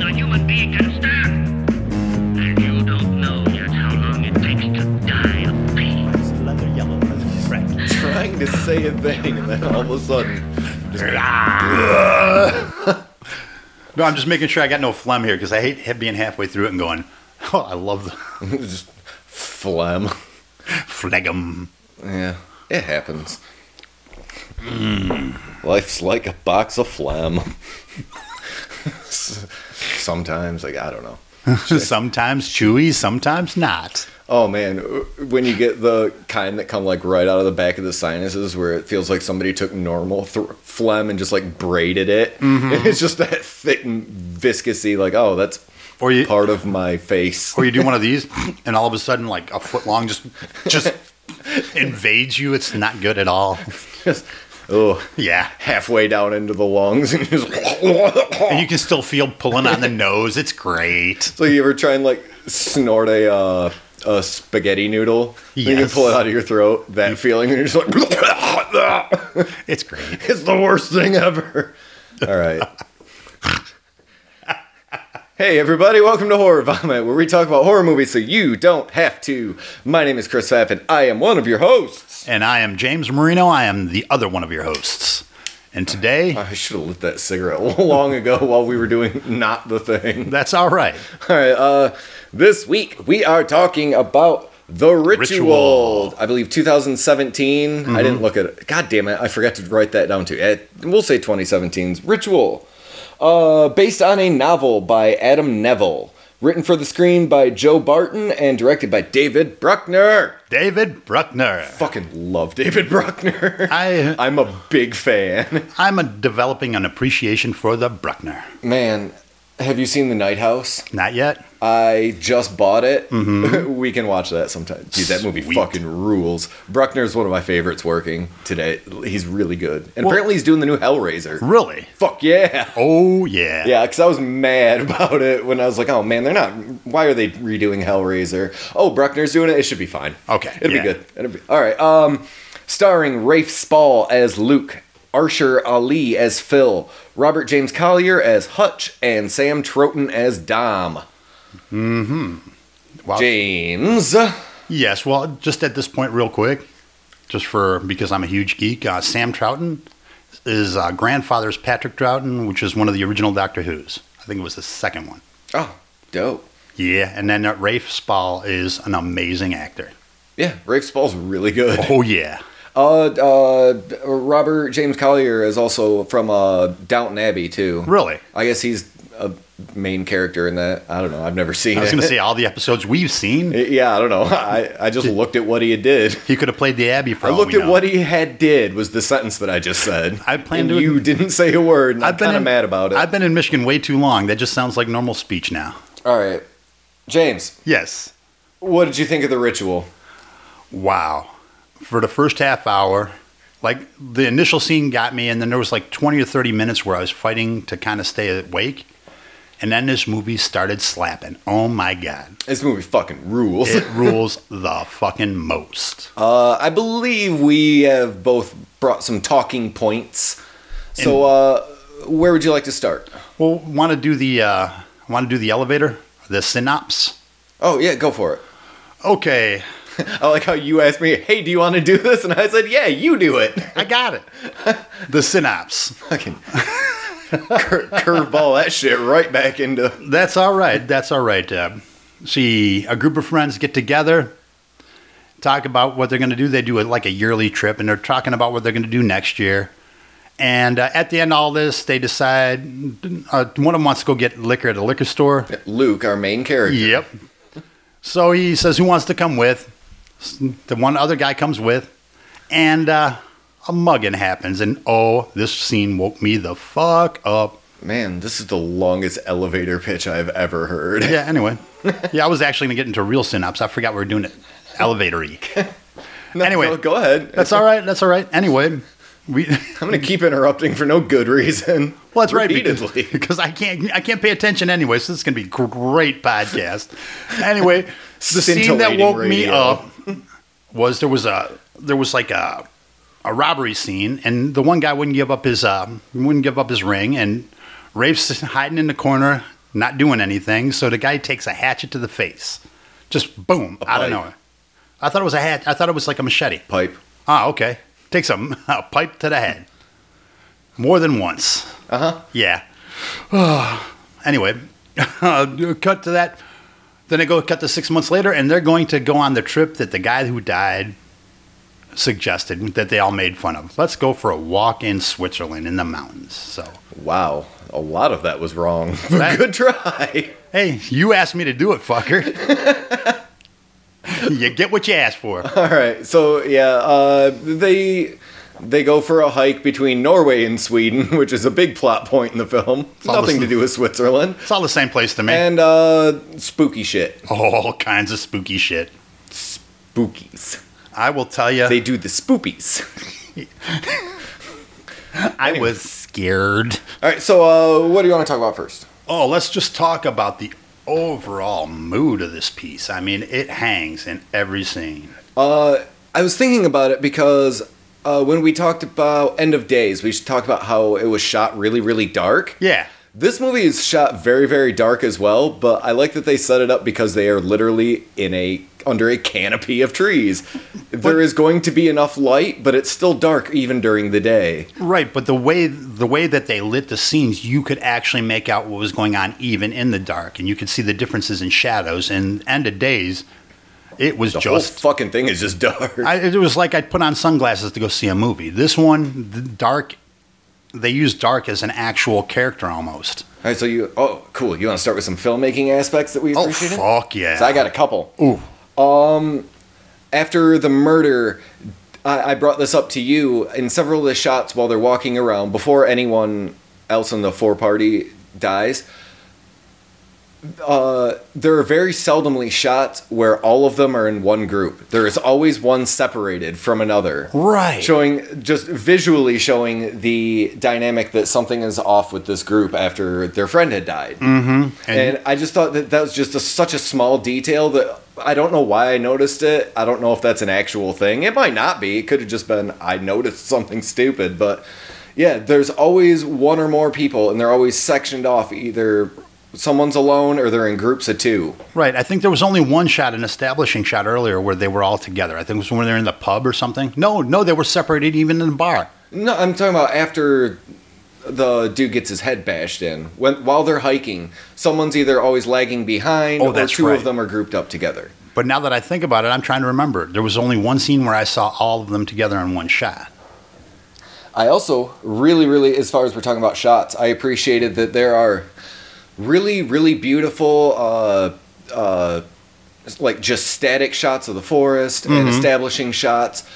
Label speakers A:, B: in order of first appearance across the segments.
A: we can start. And you don't know yet how long it takes to die of pain.
B: It's leather yellow leather friend.
C: Trying to say a thing, and then all of a sudden,
D: No, I'm just making sure I got no phlegm here because I hate ha- being halfway through it and going, oh, I love the
C: just phlegm.
D: phlegm.
C: Yeah, it happens. Life's like a box of phlegm. S- Sometimes, like I don't know.
D: sometimes chewy, sometimes not.
C: Oh man, when you get the kind that come like right out of the back of the sinuses, where it feels like somebody took normal th- phlegm and just like braided it, and it's just that thick, and viscousy. Like, oh, that's
D: Or you,
C: part of my face.
D: or you do one of these, and all of a sudden, like a foot long, just just invades you. It's not good at all.
C: Just oh,
D: Yeah,
C: halfway down into the lungs, and just.
D: and you can still feel pulling on the nose. It's great.
C: So you ever try and like snort a uh, a spaghetti noodle? Yes. You can
D: Yes.
C: pull it out of your throat. That feeling, and you're just like,
D: It's great.
C: it's the worst thing ever. All right. hey everybody, welcome to Horror Vomit, where we talk about horror movies so you don't have to. My name is Chris Pfaff, and I am one of your hosts.
D: And I am James Marino. I am the other one of your hosts. And today,
C: I should have lit that cigarette long ago while we were doing not the thing.
D: that's all right.
C: All right. Uh, this week we are talking about the ritual. Mm-hmm.
D: Ritual.
C: I believe 2017. I didn't look at it. God damn it! I forgot to write that down too. Eh, we'll say 2017's ritual, uh, based on a novel by Adam Neville, written for the screen by Joe Barton and directed by David Bruckner.
D: David Bruckner.
C: Fucking love David Bruckner.
D: I
C: I'm a big fan.
D: I'm a developing an appreciation for the Bruckner.
C: Man, have you seen The Night House?
D: Not yet.
C: I just bought it. we can watch that sometime. Dude, that movie
D: Mm-hmm. Sweet.
C: fucking rules. Bruckner is one of my favorites working today. He's really good. And
D: Well-
C: apparently he's doing the new Hellraiser.
D: Really?
C: Fuck yeah.
D: Oh yeah.
C: Yeah, because I was mad about it when I was like, oh man, they're not. Why are they redoing Hellraiser? Oh, Bruckner's doing it. It should be fine.
D: Okay,
C: It'll
D: yeah.
C: be good. It'll be, all right. Um, starring Rafe Spall as Luke, Archer Ali as Phil, Robert James Collier as Hutch, and Sam Troughton as Dom.
D: Mm-hmm. Wow.
C: James.
D: Yes. Well, just at this point, real quick, just for because I'm a huge geek, uh, Sam Troughton is uh, grandfather's Patrick Troughton, which is one of the original Doctor Who's. I think it was the second one.
C: Oh, dope.
D: Yeah, and then uh, Rafe Spall is an amazing actor.
C: Yeah, Rafe Spall's really good.
D: Oh yeah.
C: Uh, uh, Robert James Collier is also from uh, Downton Abbey too.
D: Really?
C: I guess he's a main character in that. I don't know. I've never seen
D: I was
C: it.
D: going to say all the episodes we've seen.
C: yeah, I don't know. I, I just looked at what he did.
D: He could have played the Abbey for
C: I
D: all
C: looked
D: Oh, we
C: at
D: know.
C: what he had did was the sentence that I just said.
D: I planned
C: and
D: to-
C: You didn't say a word. And I'm
D: I've been
C: kind of
D: in-
C: mad about it.
D: I've been in Michigan way too long. That just sounds like normal speech now.
C: All right, James.
D: Yes.
C: What did you think of the ritual?
D: wow for the first half hour like the initial scene got me and then there was like 20 or 30 minutes where i was fighting to kind of stay awake and then this movie started slapping oh my god
C: This movie fucking rules.
D: it rules the fucking most
C: Uh, I believe we have both brought some talking points. So, uh, where would you like to start?
D: well want to do the uh want to do the elevator the synopsis
C: Oh, yeah, go for it.
D: okay
C: I like how you asked me, hey, do you want to do this? And I said, yeah, you do it.
D: i got it the synopsis
C: Fucking cur- curveball that shit right back into.
D: That's all right. That's all right. Uh, see, a group of friends get together, talk about what they're going to do. They do a, like a yearly trip, and they're talking about what they're going to do next year. And uh, at the end of all this, they decide uh, one of them wants to go get liquor at a liquor store.
C: Luke, our main character.
D: Yep. So he says, "Who wants to come with?" S- The one other guy comes with, and uh, a mugging happens. And oh, this scene woke me the fuck up.
C: Man, this is the longest elevator pitch I've ever heard.
D: Yeah, anyway. yeah, I was actually going to get into a real synapse. I forgot we were doing it elevatory.
C: No,
D: anyway.
C: go, go ahead.
D: That's all right. That's all right. Anyway, we
C: I'm going to keep interrupting for no good reason.
D: Well, that's right because,
C: Repeatedly.
D: because I can't I can't pay attention anyway, so this is going to be great podcast. anyway, the scene that
C: Scintillating
D: woke me
C: radio.
D: up was there was a there was like a a robbery scene, and um, the one guy wouldn't give up his uh, wouldn't give up his ring, and Rafe's hiding in the corner, not doing anything. So the guy takes a hatchet to the face, just boom, out of
C: pipe.
D: nowhere. I thought it was a hatch. I thought it was like a machete.
C: Pipe.
D: Ah, okay. Takes a, a pipe to the head. More than once.
C: Uh huh.
D: Yeah. anyway, cut to that. Then they go cut to six months later, and they're going to go on the trip that the guy who died suggested that they all made fun of. Let's go for a walk in Switzerland in the mountains. So,
C: Wow. A lot of that was wrong. But
D: Right.
C: Good try.
D: hey, you asked me to do it, fucker. you get what you asked for.
C: All right. So yeah, uh, they they go for a hike between Norway and Sweden, which is a big plot point in the film.
D: all
C: Nothing
D: the-
C: to do with Switzerland.
D: It's all the same place to me.
C: And uh, spooky shit.
D: all kinds of spooky shit.
C: Spookies.
D: I will tell you,
C: They do the spoopies.
D: I was scared.
C: All right. So uh, what do you want to talk about first?
D: Oh, let's just talk about the overall mood of this piece. I mean, it hangs in every scene.
C: Uh, I was thinking about it because uh, when we talked about End of Days, we talked about how it was shot really, really dark.
D: Yeah.
C: This movie is shot very, very dark as well, but I like that they set it up because they are literally in a under a canopy of trees. There is going to be enough light, but it's still dark even during the day.
D: Right, but the way the way that they lit the scenes, you could actually make out what was going on even in the dark and you could see the differences in shadows and end of days. It was
C: The
D: just
C: whole fucking thing is just dark.
D: I, it was like I'd put on sunglasses to go see a movie. This one, the dark they used dark as an actual character almost.
C: All right, so you oh cool. You want to start with some filmmaking aspects that we
D: Oh
C: appreciate?
D: fuck yeah.
C: So I got a couple.
D: Ooh.
C: after the murder, I, I brought this up to you in several of the shots while they're walking around before anyone else in the four party dies. Uh, there are very seldomly shots where all of them are in one group. There is always one separated from another.
D: Right.
C: Showing just visually showing the dynamic that something is off with this group after their friend had died. And, I just thought that that was just a, such a small detail that I don't know why I noticed it. I don't know if that's an actual thing. It might not be. It could have just been I noticed something stupid. But yeah, there's always one or more people, and they're always sectioned off. Either someone's alone or they're in groups of two.
D: Right. I think there was only one shot, an establishing shot earlier, where they were all together. I think it was when they were in the pub or something. No, no, they were separated even in the bar.
C: No, I'm talking about after the dude gets his head bashed in. When while they're hiking, someone's either always lagging behind
D: Oh,
C: or
D: that's
C: two
D: right.
C: of them are grouped up together.
D: But now that I think about it, I'm trying to remember. There was only one scene where I saw all of them together in one shot.
C: I also really, really, as far as we're talking about shots, I appreciated that there are really, really beautiful, uh, uh, like just static shots of the forest and establishing shots.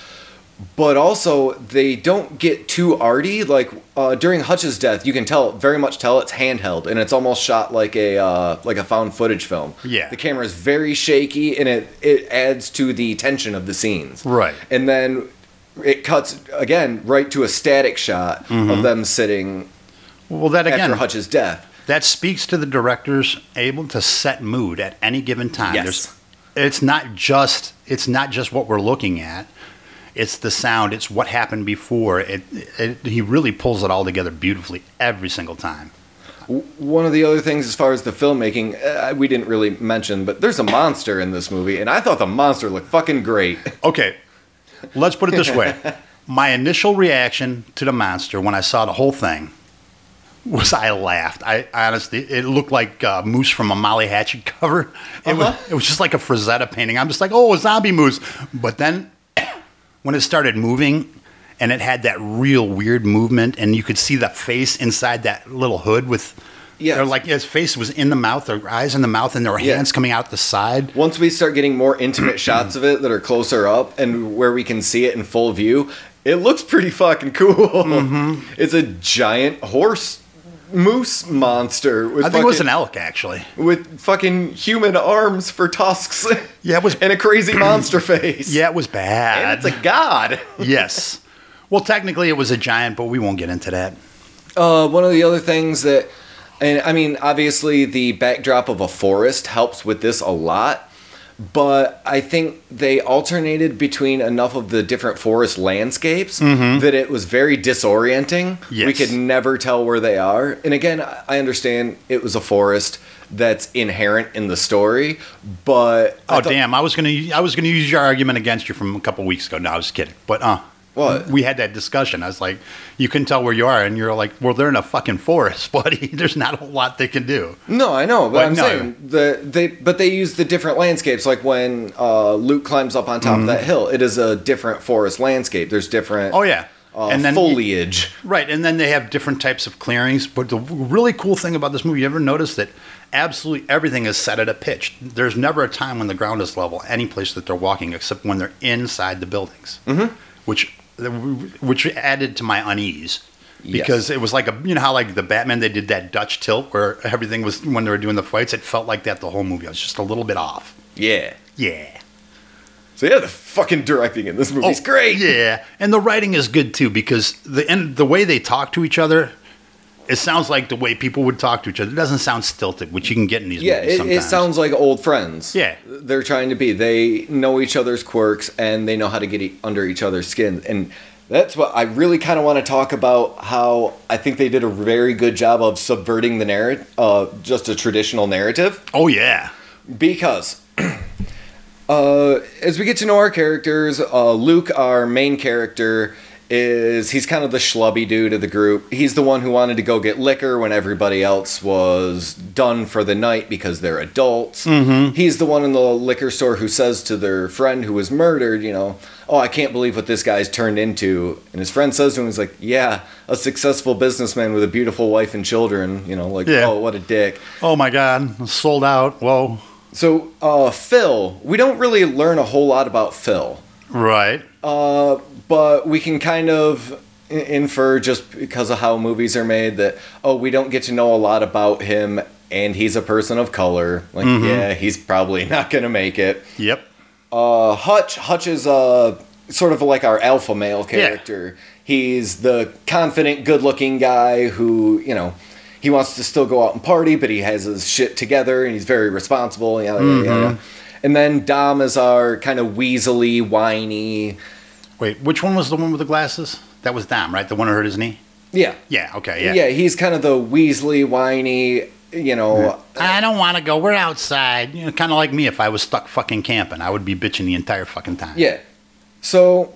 C: But also, they don't get too arty. Like uh, during Hutch's death, you can tell very much tell it's handheld and it's almost shot like a uh, like a found footage film.
D: Yeah.
C: the camera is very shaky and it it adds to the tension of the scenes
D: Right.
C: and then it cuts again right to a static shot of them sitting
D: Well, that Mm-hmm. again,
C: after Hutch's death.
D: that speaks to the directors able to set mood at any given time.
C: Yes.
D: it's not just it's not just what we're looking at. It's the sound. It's what happened before. It, it, he really pulls it all together beautifully every single time.
C: W- One of the other things, as far as the filmmaking, uh, we didn't really mention, but there's a monster in this movie, and I thought the monster looked fucking great.
D: Okay, let's put it this way. My initial reaction to the monster when I saw the whole thing was I laughed. I honestly, it looked like uh, moose from a Molly Hatchet cover. It,
C: Uh-huh.
D: was, it was just like a Frazetta painting. I'm just like, oh, a zombie moose. But then when it started moving and it had that real weird movement, and you could see the face inside that little hood with.
C: Yes.
D: Or like his face was in the mouth, or eyes in the mouth, and there were
C: Yeah.
D: hands coming out the side.
C: Once we start getting more intimate shots of it that are closer up and where we can see it in full view, it looks pretty fucking cool.
D: Mm-hmm.
C: It's a giant horse moose monster. With
D: I think it was
C: fucking-
D: an elk, actually.
C: with fucking human arms for tusks.
D: Yeah, it was-
C: and a crazy monster face.
D: Yeah, it was bad.
C: and it's a god.
D: yes. Well, technically it was a giant, but we won't get into that.
C: Uh, one of the other things that, and I mean, obviously the backdrop of a forest helps with this a lot, but I think they alternated between enough of the different forest landscapes that it was very disorienting. We
D: Yes.
C: could never tell where they are. And again, I I understand it was a forest that's inherent in the story, but I
D: Oh
C: thought-
D: damn! I was gonna I was gonna use your argument against you from a couple weeks ago. No, I was kidding. But uh,
C: What?
D: we had that discussion. I was like, you can tell where you are, and you're like, well, they're in a fucking forest, buddy. There's not a lot they can do.
C: No, I know, but
D: Like,
C: I'm
D: no.
C: saying the they but they use the different landscapes. Like when uh, Luke climbs up on top of that hill, it is a different forest landscape. There's different
D: Mm-hmm. Oh yeah,
C: uh, foliage.
D: Right, and then they have different types of clearings. But the really cool thing about this movie, you ever notice that absolutely everything is set at a pitch. There's never a time when the ground is level any place that they're walking, except when they're inside the buildings, mm-hmm. which which added to my unease because it was like a you know how like the Batman they did that Dutch tilt where everything was when they were doing the fights, it felt like that the whole movie. I was just a little bit off.
C: Yeah.
D: Yeah.
C: So yeah, the fucking directing in this movie's great.
D: Oh, Yeah, and the writing is good too because the and the way they talk to each other, it sounds like the way people would talk to each other. It doesn't sound stilted, which you can get in these
C: Yeah,
D: movies
C: it,
D: sometimes.
C: it sounds like old friends.
D: Yeah.
C: They're trying to be. They know each other's quirks and they know how to get e- under each other's skin. And that's what I really kind of want to talk about how I think they did a very good job of subverting the narrative, uh, just a traditional narrative.
D: Oh yeah,
C: because uh, as we get to know our characters, uh, Luke, our main character, is he's kind of the schlubby dude of the group. He's the one who wanted to go get liquor when everybody else was done for the night because they're adults. He's the one in the liquor store who says to their friend who was murdered, you know, "Oh, I can't believe what this guy's turned into." And his friend says to him, "He's like, yeah, a successful businessman with a beautiful wife and children." You know, like,
D: Yeah.
C: "Oh, what a dick."
D: oh my god, sold out. Whoa,
C: So, uh, Phil, we don't really learn a whole lot about Phil,
D: right?
C: uh, but we can kind of i- infer just because of how movies are made that, oh, we don't get to know a lot about him and he's a person of color. Like, yeah, he's probably not going to make it.
D: Yep.
C: Uh, Hutch, Hutch is uh, sort of like our alpha male character. He's the confident, good looking guy who, you know, he wants to still go out and party, but he has his shit together and he's very responsible. Yada, yada, yada. And then Dom is our kind of weaselly, whiny.
D: Wait, which one was the one with the glasses? That was Dom, right? The one who hurt his knee.
C: Yeah.
D: Yeah. Okay.
C: Yeah,
D: Yeah.
C: he's kind of the Weasley, whiny, you know.
D: I don't want to go. We're outside. You know, kind of like me. If I was stuck fucking camping, I would be bitching the entire fucking time.
C: Yeah. So,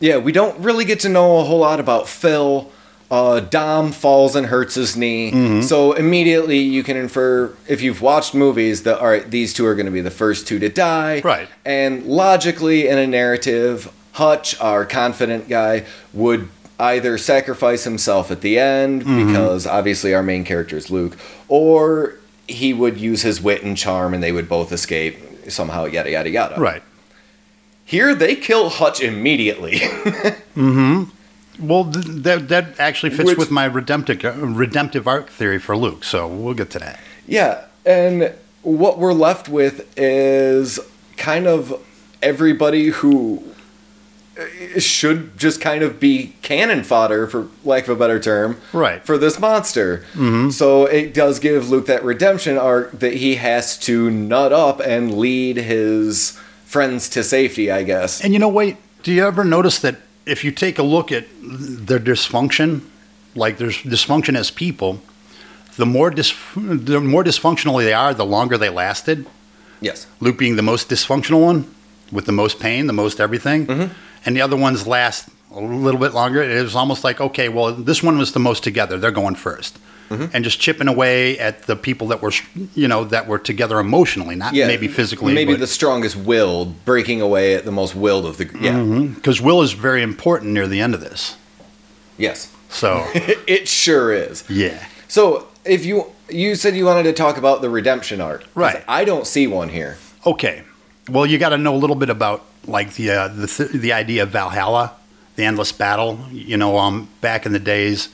C: yeah, we don't really get to know a whole lot about Phil. Uh, Dom falls and hurts his knee.
D: Mm-hmm.
C: So, immediately you can infer, if you've watched movies, that, all right, these two are going to be the first two to die.
D: Right.
C: And logically, in a narrative, Hutch, our confident guy, would either sacrifice himself at the end,
D: Mm-hmm.
C: because obviously our main character is Luke, or he would use his wit and charm and they would both escape somehow, yada, yada, yada.
D: Right.
C: Here they kill Hutch immediately.
D: Well, th- that that actually fits
C: Which-
D: with my redemptive uh, redemptive arc theory for Luke. So we'll get to that.
C: yeah, and what we're left with is kind of everybody who uh, should just kind of be cannon fodder for lack of a better term
D: Right.
C: for this monster so it does give luke that redemption arc that he has to nut up and lead his friends to safety i guess
D: And you know, wait, do you ever notice that if you take a look at their dysfunction, like there's dysfunction as people, the more dis- the more dysfunctional they are, the longer they lasted.
C: yes
D: Luke being the most dysfunctional one, with the most pain, the most everything, and the other ones last a little bit longer. It was almost like, okay, well, this one was the most together; they're going 1st and just chipping away at the people that were, you know, that were together emotionally, not maybe physically,
C: maybe
D: but-
C: the strongest willed breaking away at the most willed of the yeah
D: because Will is very important near the end of this.
C: yes
D: So
C: It sure is.
D: yeah,
C: So if you you said you wanted to talk about the redemption arc, 'Cause
D: Right.
C: I don't see one here.
D: okay. Well, you got to know a little bit about like the uh, the th- the idea of Valhalla, the endless battle. You know, um, back in the days,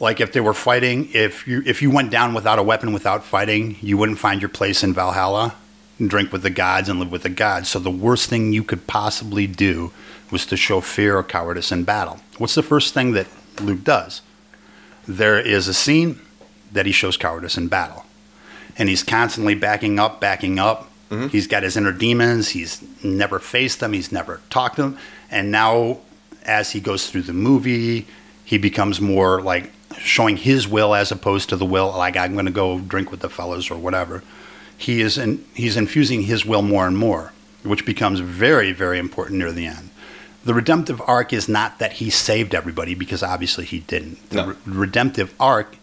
D: like if they were fighting, if you if you went down without a weapon, without fighting, you wouldn't find your place in Valhalla. and Drink with the gods and live with the gods. So the worst thing you could possibly do was to show fear or cowardice in battle. What's the first thing that Luke does? There is a scene that he shows cowardice in battle. and he's constantly backing up, backing up, He's got his inner demons. He's never faced them. He's never talked to them. And now, as he goes through the movie, he becomes more like showing his will as opposed to the will. Like I'm going to go drink with the fellas or whatever. He is in, he's infusing his will more and more, which becomes very very important near the end. The redemptive arc is not that he saved everybody because obviously he didn't. The
C: No.
D: re- redemptive arc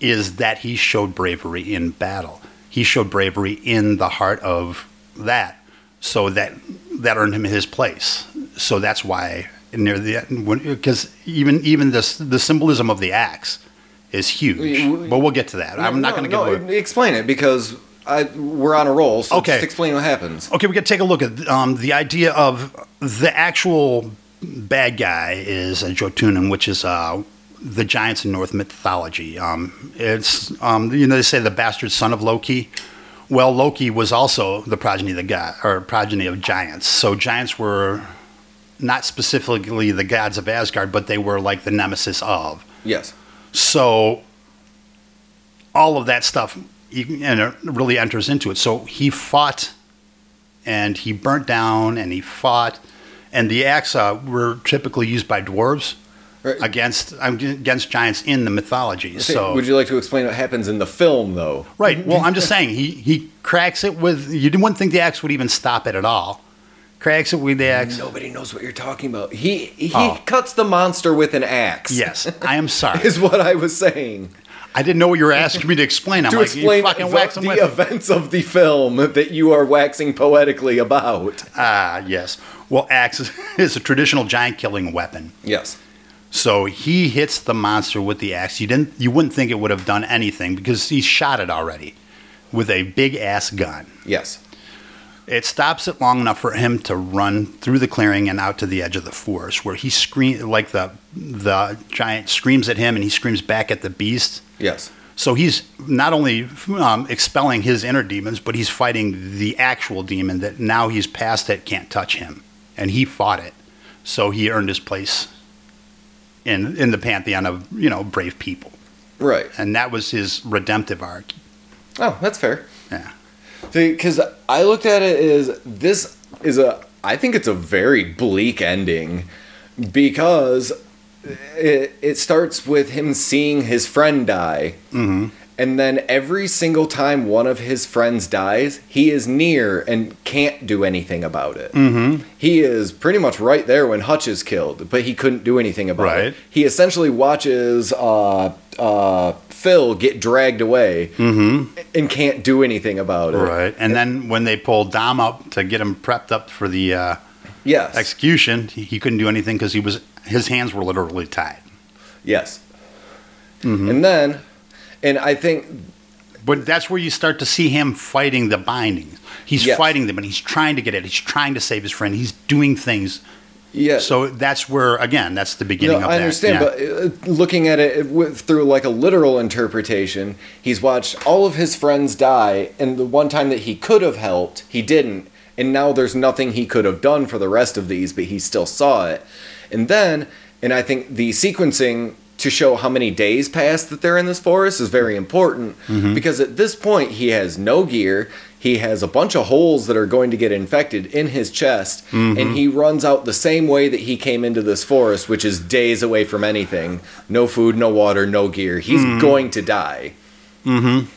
D: is that he showed bravery in battle. He showed bravery in the heart of that, so that that earned him his place. So that's why near the because even even this the symbolism of the axe is huge. But we'll get to that. I'm not
C: No,
D: going to
C: no, e,
D: get away.
C: Explain it because I, we're on a roll. So
D: Okay.
C: just explain what happens.
D: Okay, we got to take a look at um, the idea of the actual bad guy is a Jotunum, which is uh, the giants in Norse mythology. Um, it's um, you know they say the bastard son of Loki. Well, Loki was also the progeny of the god or progeny of giants. So giants were not specifically the gods of Asgard, but they were like the nemesis of.
C: Yes.
D: So all of that stuff you- and it really enters into it. So he fought and he burnt down and he fought. And the axe uh, were typically used by dwarves
C: Right.
D: against um, against giants in the mythology.
C: Say,
D: So
C: would you like to explain what happens in the film, though?
D: right. Well, I'm just saying he he cracks it with. You wouldn't think the axe would even stop it at all. Cracks it with the axe.
C: Nobody knows what you're talking about. He he
D: Oh.
C: cuts the monster with an axe.
D: Yes, I am sorry.
C: is what I was saying.
D: I didn't know what you were asking me to explain. I'm
C: to
D: like,
C: explain
D: you fucking
C: the,
D: wax them
C: the
D: with. it.
C: events of the film that you are waxing poetically about.
D: Ah, yes. Well, axe is, is a traditional giant killing weapon.
C: Yes.
D: So he hits the monster with the axe. You didn't. You wouldn't think it would have done anything because he shot it already with a big ass gun.
C: Yes.
D: It stops it long enough for him to run through the clearing and out to the edge of the forest, where he scream like the the giant screams at him, and he screams back at the beast.
C: Yes.
D: So he's not only um, expelling his inner demons, but he's fighting the actual demon that now he's past it can't touch him, and he fought it. So he earned his place in in the pantheon of you know brave people,
C: Right.
D: and that was his redemptive arc.
C: Oh, that's fair.
D: Yeah.
C: Because I looked at it as this is a, I think it's a very bleak ending because it, it starts with him seeing his friend die. Mm-hmm. And then every single time one of his friends dies, he is near and can't do anything about it. Mm-hmm. He is pretty much right there when Hutch is killed, but he couldn't do anything about
D: Right.
C: it. He essentially watches uh, uh, Phil get dragged away and can't do anything about it.
D: Right. And then when they pulled Dom up to get him prepped up for the uh,
C: Yes.
D: execution, he, he couldn't do anything because he was his hands were literally tied.
C: yes.
D: Mm-hmm.
C: And then, and I think
D: But that's where you start to see him fighting the bindings. He's
C: Yes.
D: fighting them and he's trying to get it. He's trying to save his friend. He's doing things.
C: yeah.
D: So that's where again, that's the beginning
C: no,
D: of
C: I
D: that.
C: understand,
D: Yeah.
C: but uh, looking at it with, through like a literal interpretation, he's watched all of his friends die, and the one time that he could have helped, he didn't, and now there's nothing he could have done for the rest of these, but he still saw it. And then, and I think the sequencing to show how many days pass that they're in this forest is very important
D: Mm-hmm.
C: because at this point he has no gear. He has a bunch of holes that are going to get infected in his chest,
D: Mm-hmm.
C: and he runs out the same way that he came into this forest, which is days away from anything. No food, no water, no gear. He's
D: Mm-hmm.
C: going to die.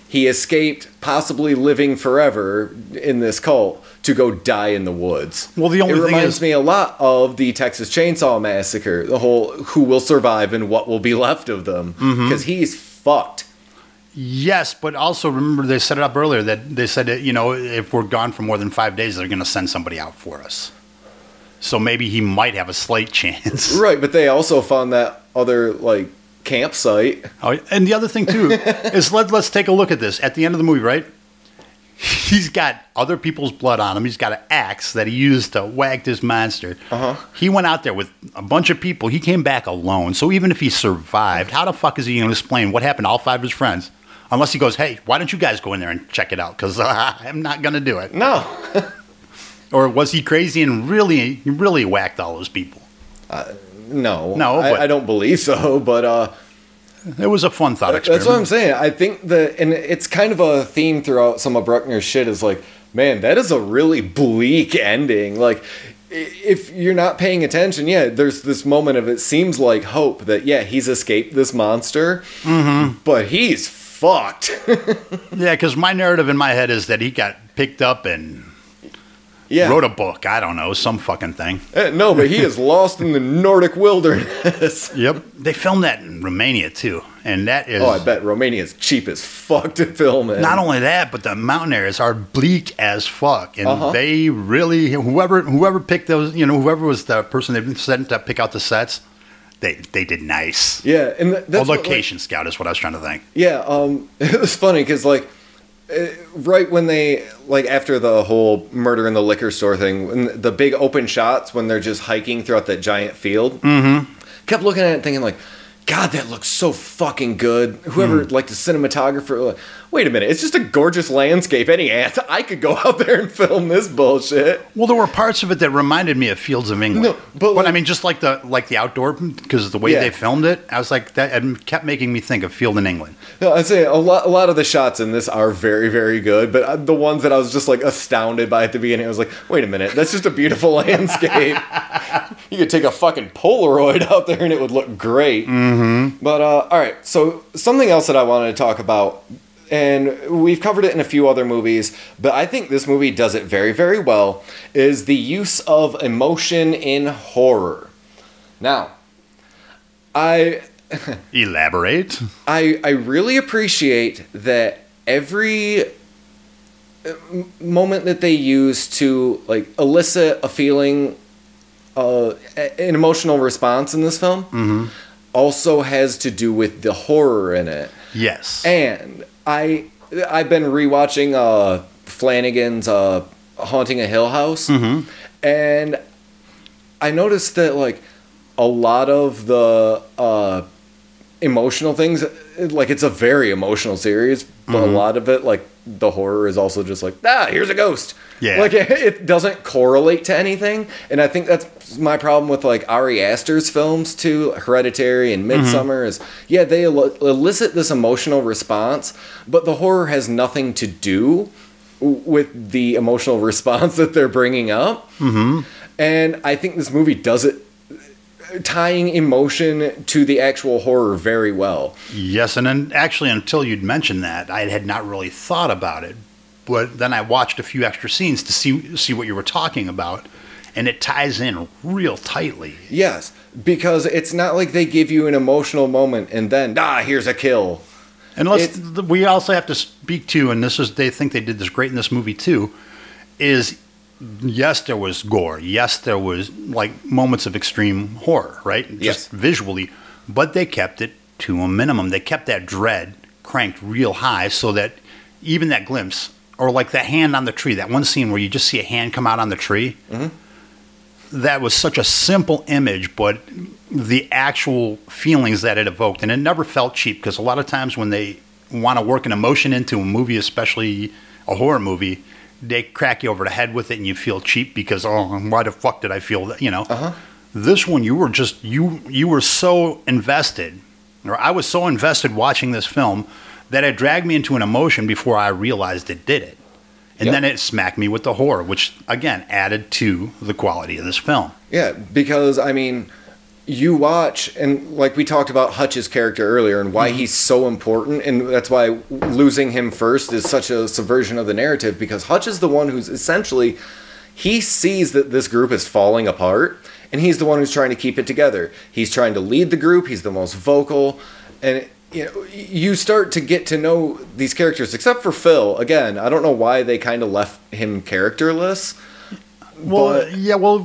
C: He escaped, possibly living forever in this cult, to go die in the woods.
D: Well, the only
C: it
D: thing
C: reminds
D: is-
C: me a lot of the Texas Chainsaw Massacre, the whole who will survive and what will be left of them,
D: Mm-hmm.
C: because he's fucked.
D: yes, but also remember they set it up earlier that they said that, you know, if we're gone for more than five days, they're gonna send somebody out for us. So maybe he might have a slight chance.
C: Right, but they also found that other like campsite.
D: Oh, and the other thing too is let let's take a look at this at the end of the movie, right? He's got other people's blood on him. He's got an axe that he used to whack this monster. Uh-huh. He went out there with a bunch of people. He came back alone. So even if he survived, how the fuck is he going to explain what happened to all five of his friends? Unless he goes, hey, why don't you guys go in there and check it out? Because I'm not going to do it.
C: No,
D: Or was he crazy and really, he really whacked all those people?
C: no,
D: No, but-
C: I, I don't believe so. But uh,
D: It was a fun thought
C: That's what I'm
D: experiment.
C: saying. I think the and it's kind of a theme throughout some of Bruckner's shit is like Man, that is a really bleak ending. Like, i- if you're not paying attention, yeah, there's this moment of it seems like hope that, yeah, he's escaped this monster,
D: Mm-hmm.
C: but he's fucked.
D: Yeah, because my narrative in my head is that he got picked up and
C: yeah.
D: wrote a book. I don't know, some fucking thing.
C: Eh, no, but he is lost in the Nordic wilderness.
D: Yep. They filmed that in Romania too, and that is
C: Oh, I bet Romania's cheap as fuck to film in.
D: not only that, but the mountain areas are bleak as fuck, and
C: Uh-huh.
D: they really whoever whoever picked those, you know, whoever was the person they sent to pick out the sets, they they did nice.
C: yeah, and th-
D: Or
C: that's what, like,
D: location scout is what I was trying to think.
C: Yeah, um, it was funny because like eh, right when they like after the whole murder in the liquor store thing, when the big open shots when they're just hiking throughout that giant field, mm-hmm. kept looking at it thinking like, God, that looks so fucking good. Whoever like the cinematographer, like, wait a minute, it's just a gorgeous landscape. Any ass, I could go out there and film this bullshit.
D: Well, there were parts of it that reminded me of Fields of England.
C: No, but like-
D: I mean, just like the like the outdoor because the way
C: Yeah.
D: they filmed it, I was like that and kept making me think of Field in England.
C: No, I'd say a lot, a lot of the shots in this are very, very good, but uh, the ones that I was just like astounded by at the beginning, I was like, wait a minute, that's just a beautiful landscape. you could take a fucking Polaroid out there and it would look great. Mm-hmm. But, uh, all right, so something else that I wanted to talk about, and we've covered it in a few other movies, but I think this movie does it very, very well, is the use of emotion in horror. Now, I
D: Elaborate.
C: I I really appreciate that every uh, m- moment that they use to like elicit a feeling, uh, a- an emotional response in this film, also has to do with the horror in it.
D: Yes.
C: And I I've been rewatching uh Flanagan's uh Haunting a Hill House and I noticed that like a lot of the uh emotional things like it's a very emotional series but a lot of it like the horror is also just like ah here's a ghost
D: Yeah.
C: like it doesn't correlate to anything and i think that's my problem with like ari aster's films too hereditary and midsummer is yeah they el- elicit this emotional response but the horror has nothing to do w- with the emotional response that they're bringing up and i think this movie does it tying emotion to the actual horror very well
D: Yes, and then actually, until you'd mentioned that, I had not really thought about it. But then I watched a few extra scenes to see see what you were talking about, and it ties in real tightly.
C: Yes, because it's not like they give you an emotional moment and then ah, here's a kill.
D: And let's
C: It's-
D: th- we also have to speak to, and this is they think they did this great in this movie too, is yes there was gore, yes there was like moments of extreme horror, right?
C: Yes.
D: Just visually, but they kept it to a minimum. They kept that dread cranked real high so that even that glimpse or like that hand on the tree, that one scene where you just see a hand come out on the tree. That was such a simple image, but the actual feelings that it evoked and it never felt cheap because a lot of times when they want to work an emotion into a movie especially a horror movie they crack you over the head with it and you feel cheap because oh why the fuck did i feel that you know this one you were just you you were so invested or i was so invested watching this film that it dragged me into an emotion before i realized it did it and
C: Yep.
D: then it smacked me with the horror which again added to the quality of this film
C: Yeah, because I mean, you watch and like we talked about Hutch's character earlier and why he's so important, and that's why losing him first is such a subversion of the narrative because Hutch is the one who's essentially he sees that this group is falling apart, and he's the one who's trying to keep it together. He's trying to lead the group. He's the most vocal, and. you know, you start to get to know these characters, except for Phil. Again, I don't know why they kind of left him characterless.
D: Well,
C: But-
D: yeah, well,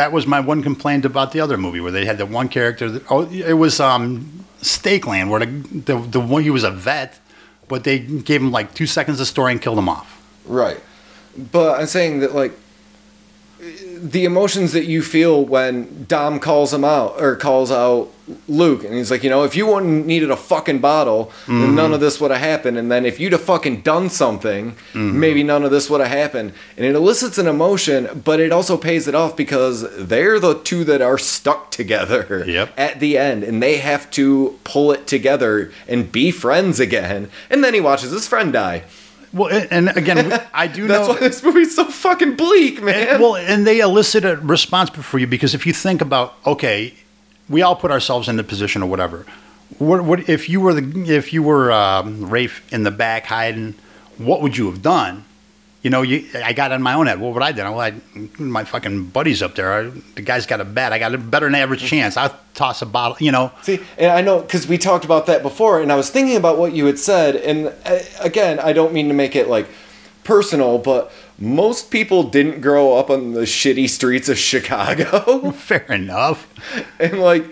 D: that was my one complaint about the other movie where they had the one character. That, oh, it was um, Stakeland, where the, the the one he was a vet, but they gave him like two seconds of story and killed him off.
C: Right. But I'm saying that like the emotions that you feel when Dom calls him out or calls out Luke and he's like, you know, if you wouldn't needed a fucking bottle, then none of this would have happened. And then if you'd have fucking done something, maybe none of this would have happened. And it elicits an emotion, but it also pays it off because they're the two that are stuck together
D: Yep.
C: at the end and they have to pull it together and be friends again. And then he watches his friend die.
D: Well, a- and again, we- I do
C: That's
D: know.
C: why this movie's so fucking bleak, man.
D: Well, and they elicit a response for you because if you think about, okay, we all put ourselves in the position or whatever. What, what if you were the if you were um, Rafe in the back hiding? What would you have done? You know, you, I got on my own head. What would I do? Well, I, my fucking buddy's up there. I, the guy's got a bat. I got a better than average chance. I toss a bottle. You know,
C: See, and I know because we talked about that before, and I was thinking about what you had said, and uh, again, I don't mean to make it like personal, but most people didn't grow up on the shitty streets of Chicago,
D: fair enough.
C: and like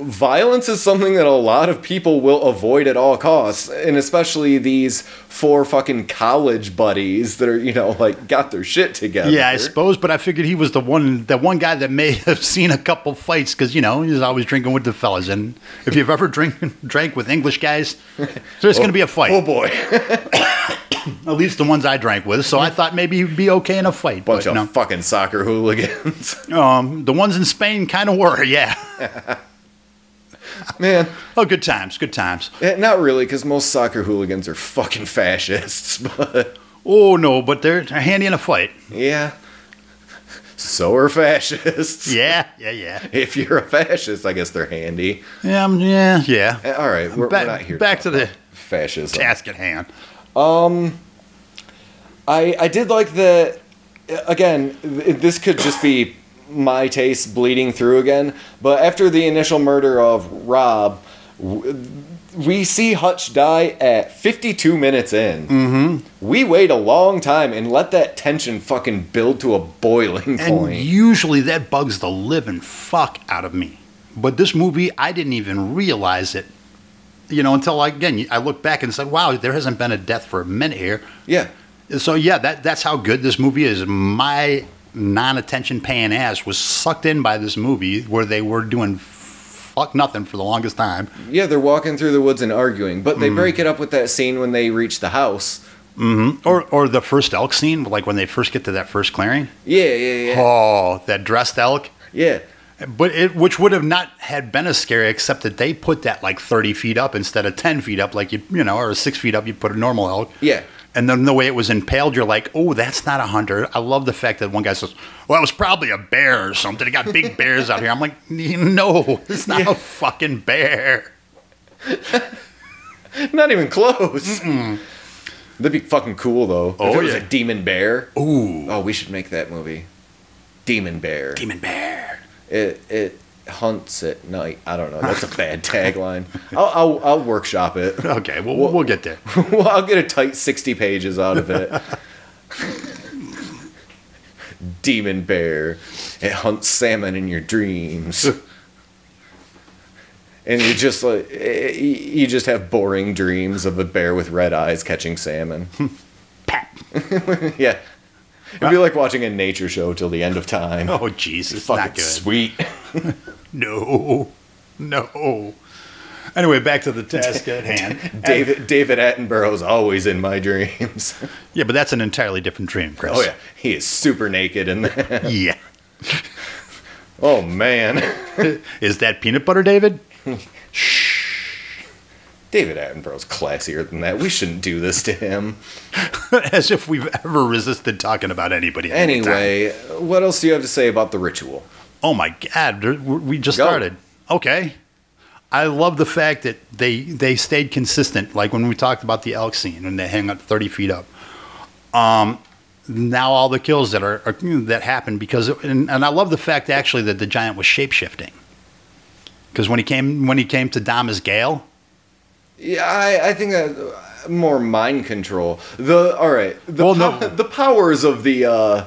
C: violence is something that a lot of people will avoid at all costs, and especially these four fucking college buddies that are you know like got their shit together.
D: Yeah, I suppose, but I figured he was the one, the one guy that may have seen a couple fights because you know he's always drinking with the fellas, and if you've ever drink drank with English guys, there's going to be a fight.
C: Oh boy,
D: At least the ones I drank with, so I thought maybe he'd be okay in a fight.
C: bunch
D: but
C: of fucking soccer hooligans,
D: no. um, the ones in Spain kind of were, yeah.
C: man.
D: Oh, good times, good times.
C: Eh, Not really, because most soccer hooligans are fucking fascists, but
D: Oh no, but they're handy in a fight.
C: yeah. So are fascists.
D: Yeah, yeah, yeah,
C: If you're a fascist, I guess they're handy.
D: yeah, um, yeah, yeah.
C: Eh, All right, we're,
D: Back,
C: we're not here.
D: back to the
C: the fascism.
D: task at hand.
C: I, I did like the. Again, th- this could just be my taste bleeding through again, but after the initial murder of Rob, w- we see Hutch die at 52 minutes in. Mm-hmm. We wait a long time and let that tension fucking build to a boiling
D: And
C: point.
D: usually that bugs the living fuck out of me. But this movie, I didn't even realize it. You know, until I, again, I looked back and said, "Wow, there hasn't been a death for a minute here."
C: yeah.
D: So yeah, that that's how good this movie is. My non-attention paying ass was sucked in by this movie where they were doing fuck nothing for the longest time.
C: Yeah, they're walking through the woods and arguing, but they break it up with that scene when they reach the house.
D: Or or the first elk scene, like when they first get to that first clearing.
C: Yeah, yeah, yeah.
D: Oh, that dressed elk.
C: Yeah.
D: But it, which would have not had been as scary, except that they put that like thirty feet up instead of ten feet up, like you you know, or six feet up. You put a normal elk.
C: Yeah.
D: And then the way it was impaled, you're like, oh, that's not a hunter. I love the fact that one guy says, well, it was probably a bear or something. They got big bears out here. I'm like, no, it's not a fucking bear.
C: Not even close. That'd be fucking cool though.
D: Oh,
C: if it was
D: yeah.
C: a demon bear.
D: Ooh,
C: Oh, we should make that movie. Demon bear.
D: demon bear.
C: It it hunts at night. I don't know. That's a bad tagline. I'll, I'll I'll workshop it.
D: Okay, well, we'll, we'll get there.
C: well, I'll get a tight 60 pages out of it. Demon bear. It hunts salmon in your dreams. And you just like eh, you just have boring dreams of a bear with red eyes catching salmon.
D: Pat.
C: yeah, it'd be like watching a nature show till the end of time.
D: Oh, Jesus, not
C: Fucking
D: good.
C: sweet.
D: No, no. Anyway, back to the task at hand.
C: David David Attenborough's always in my dreams.
D: Yeah, but that's an entirely different dream, Chris.
C: oh yeah, he is super naked in that.
D: Yeah.
C: Oh man.
D: Is that peanut butter, David?
C: David Attenborough's classier than that. We shouldn't do this to him.
D: As if we've ever resisted talking about anybody. at any time.
C: Anyway, what else do you have to say about the ritual?
D: Oh my God, there- we we just
C: Go.
D: started. Okay. I love the fact that they they stayed consistent. Like when we talked about the elk scene when they hang up thirty feet up. Um, now all the kills that are, are that happen because and, and I love the fact actually that the giant was shape shifting. Because when he came when he came to Dama's Gale,
C: Yeah, I, I think that uh, more mind control. The all right, the,
D: Well, no.
C: pow- the powers of the uh,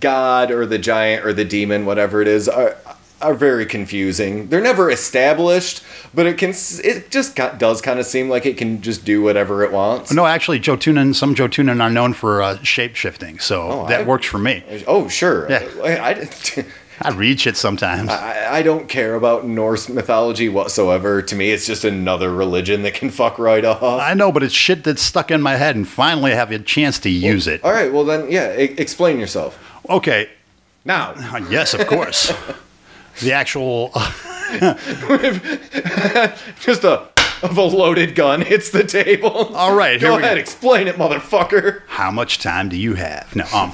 C: god or the giant or the demon, whatever it is, are are very confusing. They're never established, but it can s- it just got, does kind of seem like it can just do whatever it wants.
D: no, actually Joe Tunin, some Joe Tunin are known for uh, shape shifting, so
C: Oh,
D: that
C: I-
D: works for me.
C: Oh, sure.
D: Yeah.
C: I, I-
D: I read shit sometimes.
C: I, I don't care about Norse mythology whatsoever. To me, it's just another religion that can fuck right off.
D: I know, but it's shit that's stuck in my head, and finally I have a chance to use it.
C: All right, well uh, then, yeah, e- explain yourself
D: Okay.
C: now.
D: Uh, Yes, of uh, course. the actual.
C: just a of a loaded gun hits the table.
D: All right, here
C: go
D: we go.
C: ahead, explain it, motherfucker.
D: how much time do you have? No, um,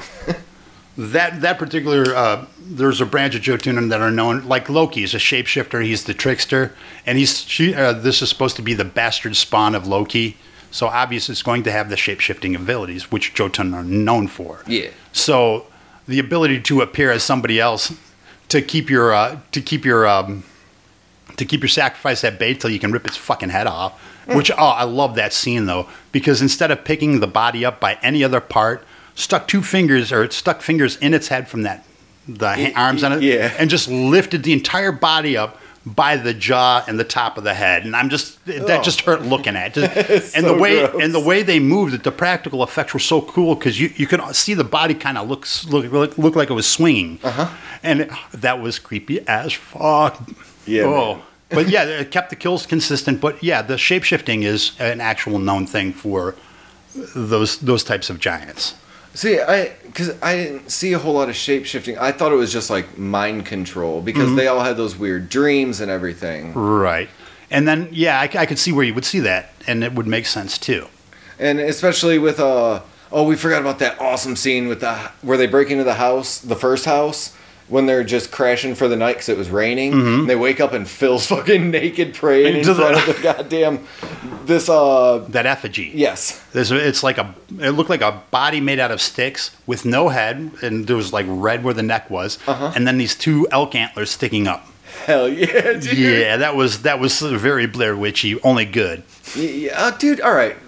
D: that that particular uh, there's a branch of Jotun that are known like Loki is a shapeshifter. He's the trickster, and he's she. Uh, this is supposed to be the bastard spawn of Loki, so obviously it's going to have the shapeshifting abilities, which Jotun are known for.
C: Yeah.
D: So the ability to appear as somebody else to keep your uh, to keep your um, to keep your sacrifice at bay till you can rip its fucking head off. Which oh, I love that scene though because instead of picking the body up by any other part, stuck two fingers or it stuck fingers in its head from that the ha- arms on it,
C: yeah.
D: and just lifted the entire body up by the jaw and the top of the head. And I'm just that just hurt looking at. Just, and the
C: Oh. so
D: way
C: gross.
D: and the way they moved, it, the practical effects were so cool because you, you could see the body kind of looks look, look look like it was swinging,
C: Uh-huh.
D: and it- that was creepy as fuck.
C: Yeah,
D: Oh.
C: man.
D: but yeah, it kept the kills consistent. But yeah, the shapeshifting is an actual known thing for those those types of giants.
C: See, I because I didn't see a whole lot of shape shifting. I thought it was just like mind control because they all had those weird dreams and everything.
D: Right. And then yeah, I, c- I could see where you would see that, and it would make sense too.
C: and especially with uh oh we forgot about that awesome scene with the where they break into the house the first house when they're just crashing for the night because it was raining and they wake up and phil's fucking naked praying
D: Into
C: in
D: the-
C: front of Mm-hmm. the goddamn this uh
D: That effigy.
C: yes
D: There's, it's like a it looked like a body made out of sticks with no head, and there was like red where the neck was, and then these two elk antlers sticking up.
C: hell yeah dude.
D: Yeah, that was that was very Blair Witchy, only good.
C: Y- yeah, uh, dude all right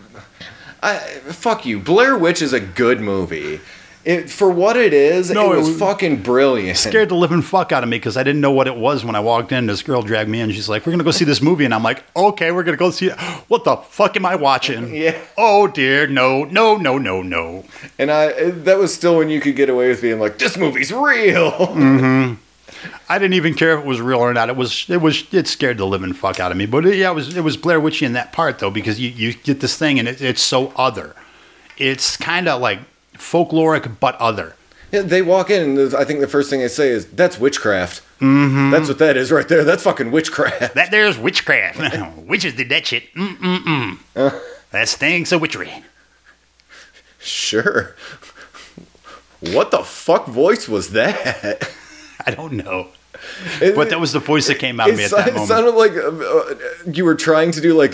C: I, fuck you blair witch is a good movie it, for what it is
D: No,
C: it
D: it
C: was
D: was-
C: fucking brilliant
D: Scared the living fuck out of me because I didn't know what it was when I walked in. This girl dragged me in. She's like, "We're gonna go see this movie," and I'm like, "Okay, we're gonna go see it. What the fuck am I watching?
C: Yeah.
D: Oh dear, no, no, no, no, no.
C: and i that was still when you could get away with being like this movie's real
D: I didn't even care if it was real or not. It was it was it scared the living fuck out of me. But it, yeah, it was it was Blair Witchy in that part though because you you get this thing and it, it's so other. It's kind of like folkloric but other.
C: Yeah, they walk in, and the- I think the first thing they say is, "That's witchcraft." Mm-hmm. That's what that is right there. That's fucking witchcraft.
D: That there's witchcraft. Witches did that shit. Mm mm mm. That stinks of witchery.
C: sure. What the fuck voice was that?
D: I don't know.
C: It-
D: But that was the voice that came out of me
C: it
D: at
C: so-
D: that
C: it
D: moment.
C: sounded like um, uh, you were trying to do like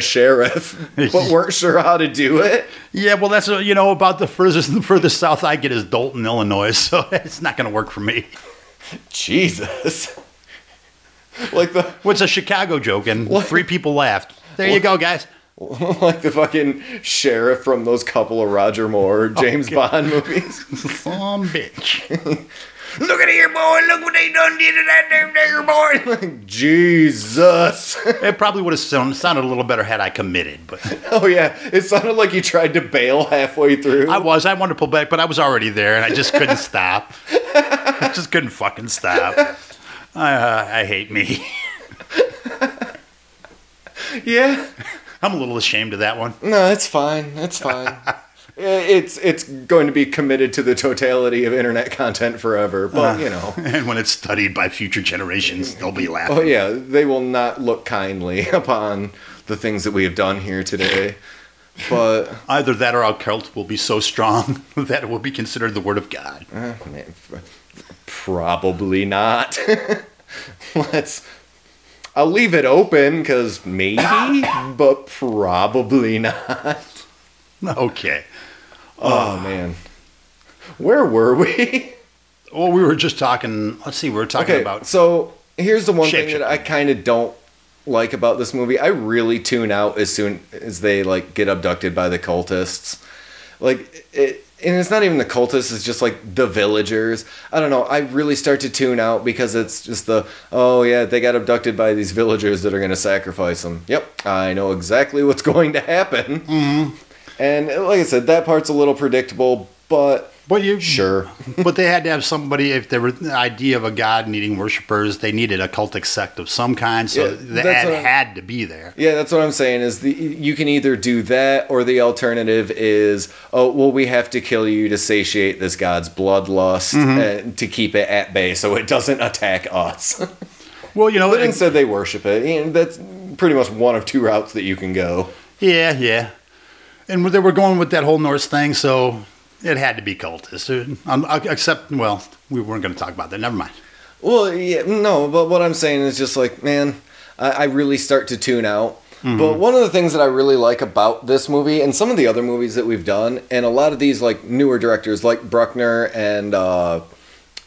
C: sheriff, but weren't sure how to do it.
D: Yeah, well, that's uh, you know about the furthest the furthest south I get is Dalton, Illinois. So it's not going to work for me.
C: Jesus, like the
D: What's a Chicago joke? And
C: What?
D: three people laughed. There you go, guys.
C: like the fucking sheriff from those couple of Roger Moore
D: Oh,
C: or James Bond movies.
D: Some bitch.
C: Look at here, boy. Look what they done did to that damn nigger, boy. Like, Jesus.
D: It probably would have sound, sounded a little better had I committed, but
C: oh, yeah. It sounded like you tried to bail halfway through.
D: I was. I wanted to pull back, but I was already there, and I just couldn't stop. I just couldn't fucking stop. Uh, I hate me.
C: yeah.
D: I'm a little ashamed of that one.
C: No, it's fine. It's fine. I- It's it's going to be committed to the totality of internet content forever, but you know,
D: And when it's studied by future generations, they'll be laughing.
C: oh yeah, they will not look kindly upon the things that we have done here today. But
D: Either that, or our cult will be so strong that it will be considered the word of God.
C: Uh, man, f- Probably not. Let's. I'll leave it open because maybe, but probably not.
D: Okay.
C: Oh man, where were we?
D: Well, we were just talking. Let's see. We were talking
C: Okay,
D: about.
C: so here's the one thing that
D: Shapeshifting.
C: I kind of don't like about this movie. I really tune out as soon as they like get abducted by the cultists. Like it, and it's not even the cultists. It's just like the villagers. I don't know. I really start to tune out because it's just the oh yeah they got abducted by these villagers that are gonna sacrifice them. Yep, I know exactly what's going to happen. Mm-hmm. And like I said, that part's a little predictable, but
D: But you
C: sure.
D: but they had to have somebody if there were the idea of a god needing worshippers they needed a cultic sect of some kind so
C: Yeah,
D: the
C: that's
D: ad
C: what I-
D: had to be there
C: Yeah, that's what I'm saying. Is the you can either do that, or the alternative is, oh well, we have to kill you to satiate this god's bloodlust and to keep it at bay so it doesn't attack us.
D: well you know
C: but
D: and-
C: instead, they worship it. You know, that's pretty much one of two routes that you can go.
D: Yeah, yeah. And they were going with that whole Norse thing, so it had to be cultists. Um, except, well, we weren't going to talk about that. Never mind.
C: Well, yeah, no, but what I'm saying is just like, man, I, I really start to tune out. But one of the things that I really like about this movie and some of the other movies that we've done, and a lot of these like newer directors like Bruckner and uh, uh,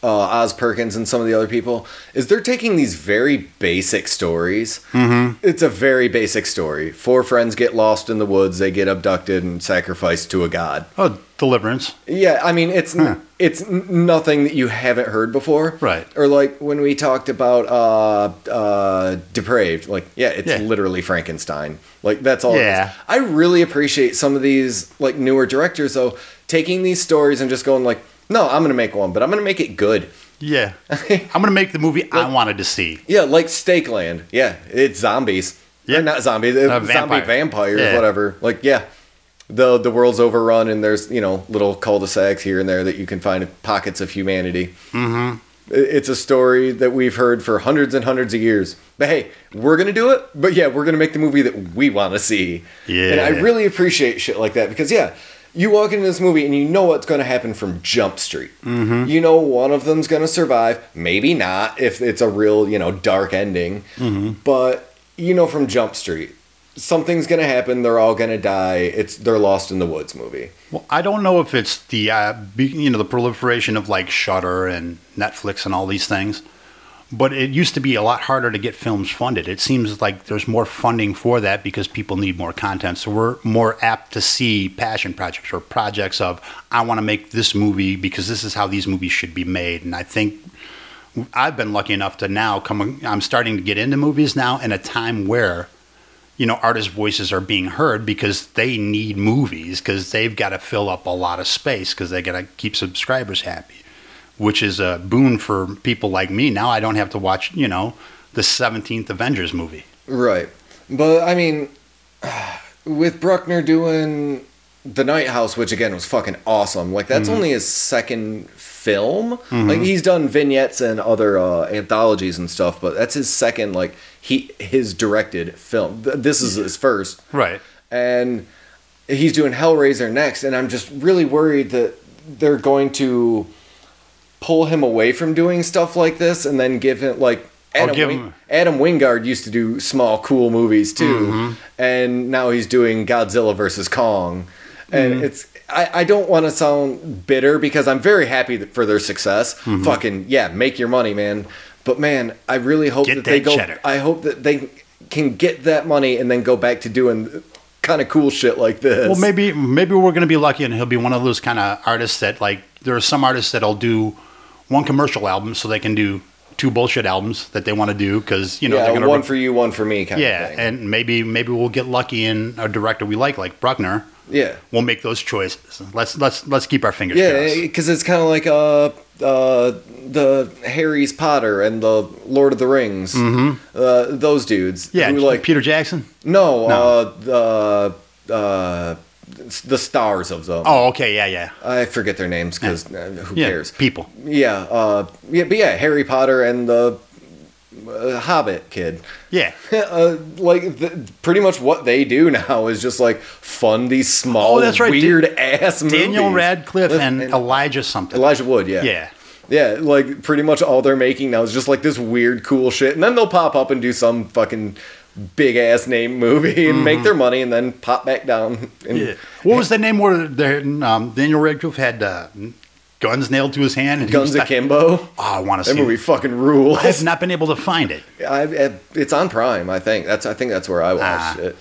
C: Oz Perkins and some of the other people, is they're taking these very basic stories. Mm-hmm. It's a very basic story. Four friends get lost in the woods, they get abducted and sacrificed to a god.
D: Oh, Deliverance.
C: Yeah, I mean it's n it's n- nothing that you haven't heard before,
D: Right.
C: Or like when we talked about uh, uh, depraved, like yeah, it's
D: Yeah.
C: literally Frankenstein. Like that's all. It
D: Yeah.
C: is. I really appreciate some of these like newer directors though taking these stories and just going like, no, I'm gonna make one, but I'm gonna make it good.
D: Yeah. I'm going to make the movie I wanted to see.
C: Yeah, like Stakeland. Yeah, it's zombies. Yeah,
D: Yeah.
C: not zombies. It's
D: Uh,
C: Zombie
D: vampire.
C: vampires,
D: Yeah.
C: whatever. Like yeah, the the world's overrun, and there's you know little cul-de-sacs here and there that you can find pockets of humanity. Mm-hmm. It's a story that we've heard for hundreds and hundreds of years. But hey, we're gonna do it. But yeah, we're gonna make the movie that we want to see. and I
D: Yeah.
C: really appreciate shit like that because yeah. You walk into this movie and you know what's going to happen from Jump Street. Mm-hmm. You know one of them's going to survive, maybe not if it's a real you know dark ending. But you know from Jump Street, something's gonna happen. They're all gonna die. It's they're lost in the woods movie.
D: Well, I don't know if it's the uh, be- you know the proliferation of like Shutter and Netflix and all these things, but it used to be a lot harder to get films funded. It seems like there's more funding for that because people need more content, so we're more apt to see passion projects or projects of I want to make this movie because this is how these movies should be made, and I think. I've been lucky enough to now come. I'm starting to get into movies now in a time where you know artists' voices are being heard because they need movies because they've got to fill up a lot of space because they got to keep subscribers happy, which is a boon for people like me. Now I don't have to watch you know the seventeenth Avengers movie.
C: Right, but I mean, with Bruckner doing the Night House, which again was fucking awesome. Like that's only his second film. Like he's done vignettes and other uh, anthologies and stuff, but that's his second like he his directed film. Th- This is his first.
D: Right.
C: and he's doing Hellraiser next, and I'm just really worried that they're going to pull him away from doing stuff like this, and then give him like
D: I'll
C: Adam
D: give
C: Wing-
D: him-
C: Adam Wingard used to do small, cool movies too,
D: Mm-hmm.
C: and now he's doing Godzilla versus Kong, and
D: Mm-hmm.
C: it's. I, I don't want to sound bitter because I'm very happy that for their success.
D: Mm-hmm.
C: Fucking yeah, make your money, man. But man, I really hope
D: Get
C: that they
D: that
C: go.
D: cheddar.
C: I hope that they can get that money and then go back to doing kind of cool shit like this.
D: Well, maybe maybe we're going to be lucky, and he'll be one of those kind of artists that like there are some artists that'll do one commercial album so they can do two bullshit albums that they want to do because you know they're
C: yeah,
D: going
C: one for you, one for me, kind
D: yeah,
C: of thing.
D: and maybe maybe we'll get lucky in a director we like, like Bruckner.
C: yeah,
D: We'll make those choices. Let's let's let's keep our fingers
C: yeah,
D: crossed.
C: because it's kind of like uh, uh, the Harry's Potter and the Lord of the Rings, uh, those dudes.
D: Mm-hmm. Yeah,
C: who, like
D: Peter Jackson.
C: no, Uh, the uh, the stars of them.
D: Oh, okay, yeah, yeah,
C: I forget their names because who
D: yeah.
C: cares?
D: People.
C: Yeah, uh, yeah, but yeah, Harry Potter and the uh, Hobbit kid.
D: Yeah.
C: uh, like th- pretty much what they do now is just like fund these small,
D: Oh, that's right.
C: weird ass
D: Daniel
C: movies.
D: Radcliffe
C: Listen,
D: and Elijah something.
C: Elijah Wood. Yeah,
D: Yeah.
C: yeah. Like pretty much all they're making now is just like this weird, cool shit, and then they'll pop up and do some fucking big ass name movie and make their money, and then pop back down. And
D: Mm-hmm. Yeah. What was the name where the, um, Daniel Radcliffe had uh, guns nailed to his hand? And he
C: Guns
D: was like,
C: Akimbo.
D: Oh, I want to
C: That
D: see.
C: movie
D: it.
C: fucking rules.
D: I've not been able to find it.
C: I, I- it's on Prime, I think. That's I think that's where I watched
D: Ah.
C: it.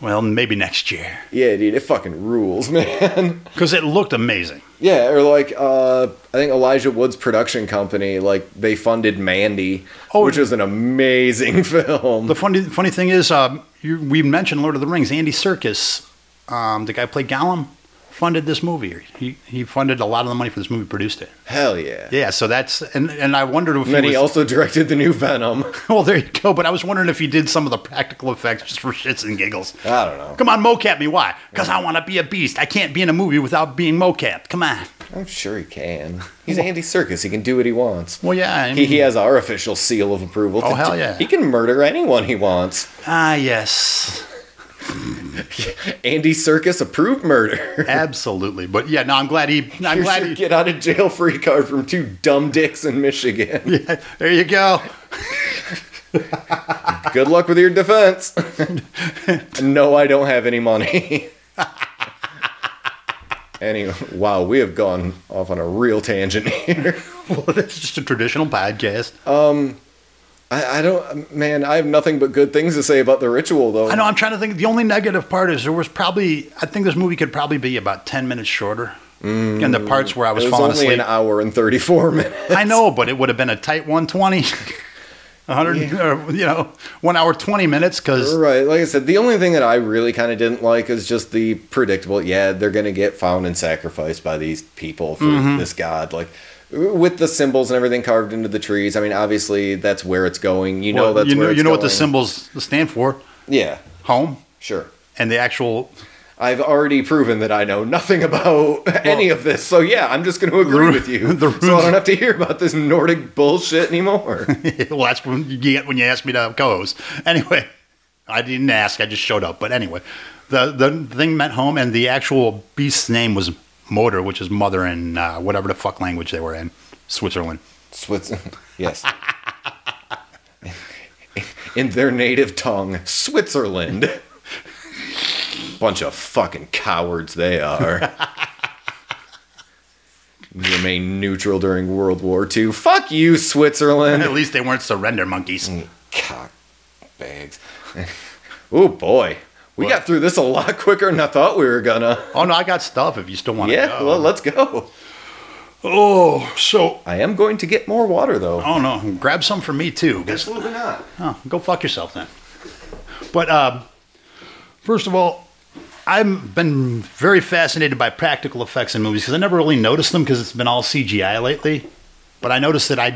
D: Well, maybe next year
C: Yeah, dude, it fucking rules, man.
D: because it looked amazing.
C: Yeah, or like uh, I think Elijah Wood's production company, like they funded Mandy,
D: Oh,
C: which is an amazing film.
D: The funny funny thing is, um, you, we mentioned Lord of the Rings. Andy Serkis, um, the guy who played Gollum, funded this movie. He he funded a lot of the money for this movie, produced it.
C: Hell yeah!
D: Yeah, so that's and and I wondered if
C: And then
D: he
C: he
D: was,
C: also directed the new Venom.
D: well, there you go. But I was wondering if he did some of the practical effects just for shits and giggles.
C: I don't know.
D: Come on, mocap me. Why? Because I want to be a beast. I can't be in a movie without being mocapped. Come on.
C: I'm sure he can. He's Andy Circus. He can do what he wants.
D: Well, yeah. I
C: He, he
D: mean-
C: has our official seal of approval.
D: Oh, hell yeah.
C: He can murder anyone he wants.
D: Ah, yes.
C: Andy Circus approved murder.
D: Absolutely. But yeah, no, I'm glad he. I'm
C: Here's
D: glad
C: your
D: he.
C: get out of jail free card from two dumb dicks in Michigan.
D: Yeah, there you go.
C: Good luck with your defense. no, I don't have any money. anyway, wow, we have gone off on a real tangent here.
D: Well, it's just a traditional podcast.
C: I, I don't, man, I have nothing but good things to say about the ritual, though.
D: I know. I'm trying to think. The only negative part is there was probably. I think this movie could probably be about ten minutes shorter. and the parts where I was,
C: Mm. It was
D: falling
C: only
D: asleep.
C: an hour and 34 minutes.
D: I know, but it would have been a tight 120. 100, or, you know, one hour 20 minutes because
C: Right. Like I said, the only thing that I really kind of didn't like is just the predictable, yeah, they're going to get found and sacrificed by these people for
D: Mm-hmm.
C: this god. Like, with the symbols and everything carved into the trees. I mean, obviously, that's where it's going. You know, that's
D: you know,
C: where it's
D: you know what the
C: going.
D: symbols stand for
C: Yeah,
D: home
C: sure.
D: and the actual
C: I've already proven that I know nothing about any of this. So, yeah, I'm just going to agree
D: ru-
C: with you.
D: the
C: so, I
D: runes-
C: don't have to hear about this Nordic bullshit anymore.
D: well, that's when you get when you ask me to co-host. Anyway, I didn't ask; I just showed up. But anyway, the the thing meant home, and the actual beast's name was Motor, which is mother in uh, whatever the fuck language they were in, Switzerland.
C: Switzerland. Yes. In their native tongue, Switzerland. Bunch of fucking cowards they are. Remain neutral during World War II. Fuck you,
D: At
C: Switzerland.
D: least they weren't surrender monkeys.
C: Mm. Cock bags. oh boy. We got through this a lot quicker than I thought we were gonna.
D: Oh no, I got stuff. If you still want to,
C: Yeah,
D: go.
C: well, let's go.
D: oh, so
C: I am going to get more water though.
D: oh no, grab some for me too. 'cause-
C: Absolutely not.
D: Oh, go fuck yourself then. But um, first of all, I've been very fascinated by practical effects in movies because I never really noticed them because it's been all CGI lately. But I noticed that I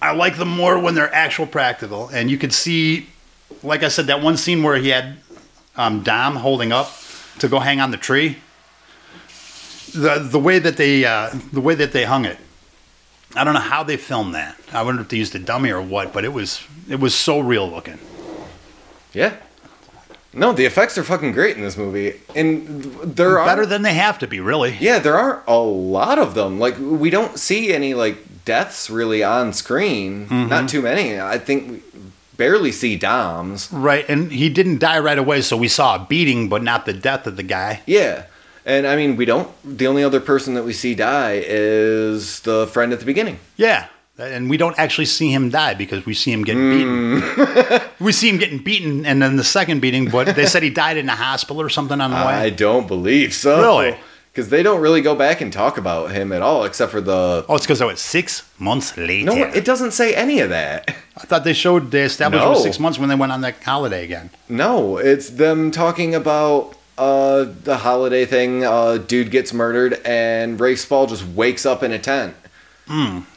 D: I like them more when they're actual practical, and you could see, like I said, that one scene where he had um, Dom holding up to go hang on the tree. The the way that they uh, the way that they hung it, I don't know how they filmed that. I wonder if they used a dummy or what, but it was it was so real looking.
C: Yeah. No, the effects are fucking great in this movie, and th- there are
D: Better than they have to be, really.
C: yeah, there are a lot of them. Like we don't see any like deaths really on screen.
D: Mm-hmm.
C: Not too many. I think we barely see Dom's.
D: Right, and he didn't die right away, so we saw a beating, but not the death of the guy.
C: Yeah, and I mean we don't. The only other person that we see die is the friend at the beginning.
D: Yeah, and we don't actually see him die because we see him getting beaten.
C: Hmm.
D: we see him getting beaten, and then the second beating. But they said he died in a hospital or something on the
C: I
D: way.
C: don't believe so.
D: Really?
C: Because they don't really go back and talk about him at all, except for the.
D: Oh, it's because I was six months later.
C: No, it doesn't say any of that.
D: I thought they showed they established it was
C: No.
D: six months when they went on that holiday again.
C: No, it's them talking about uh, the holiday thing. Uh, dude gets murdered, and Rafe Spall just wakes up in a tent.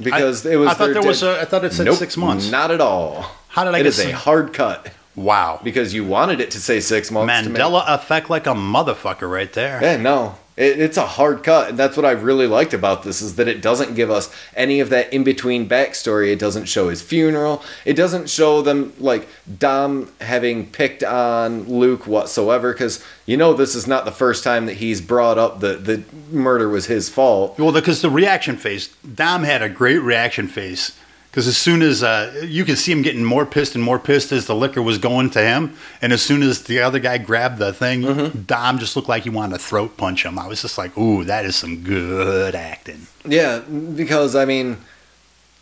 C: Because
D: Hmm. I-
C: it was.
D: I thought
C: their
D: there was
C: dead-
D: a- I thought it said
C: Nope,
D: six months.
C: Not at all.
D: How did I
C: It
D: get
C: is a
D: some-
C: hard cut
D: Wow,
C: because you wanted it to say six months. to make-
D: Mandela effect like a motherfucker right there.
C: yeah, no. It, it's a hard cut, and that's what I really liked about this is that it doesn't give us any of that in between backstory. It doesn't show his funeral. It doesn't show them like Dom having picked on Luke whatsoever, because you know this is not the first time that he's brought up that the murder was his fault.
D: Well, because the reaction phase, Dom had a great reaction phase. Because as soon as uh, you could see him getting more pissed and more pissed as the liquor was going to him, and as soon as the other guy grabbed the thing,
C: Mm-hmm.
D: Dom just looked like he wanted to throat punch him. I was just like, "Ooh, that is some good acting."
C: Yeah, because I mean,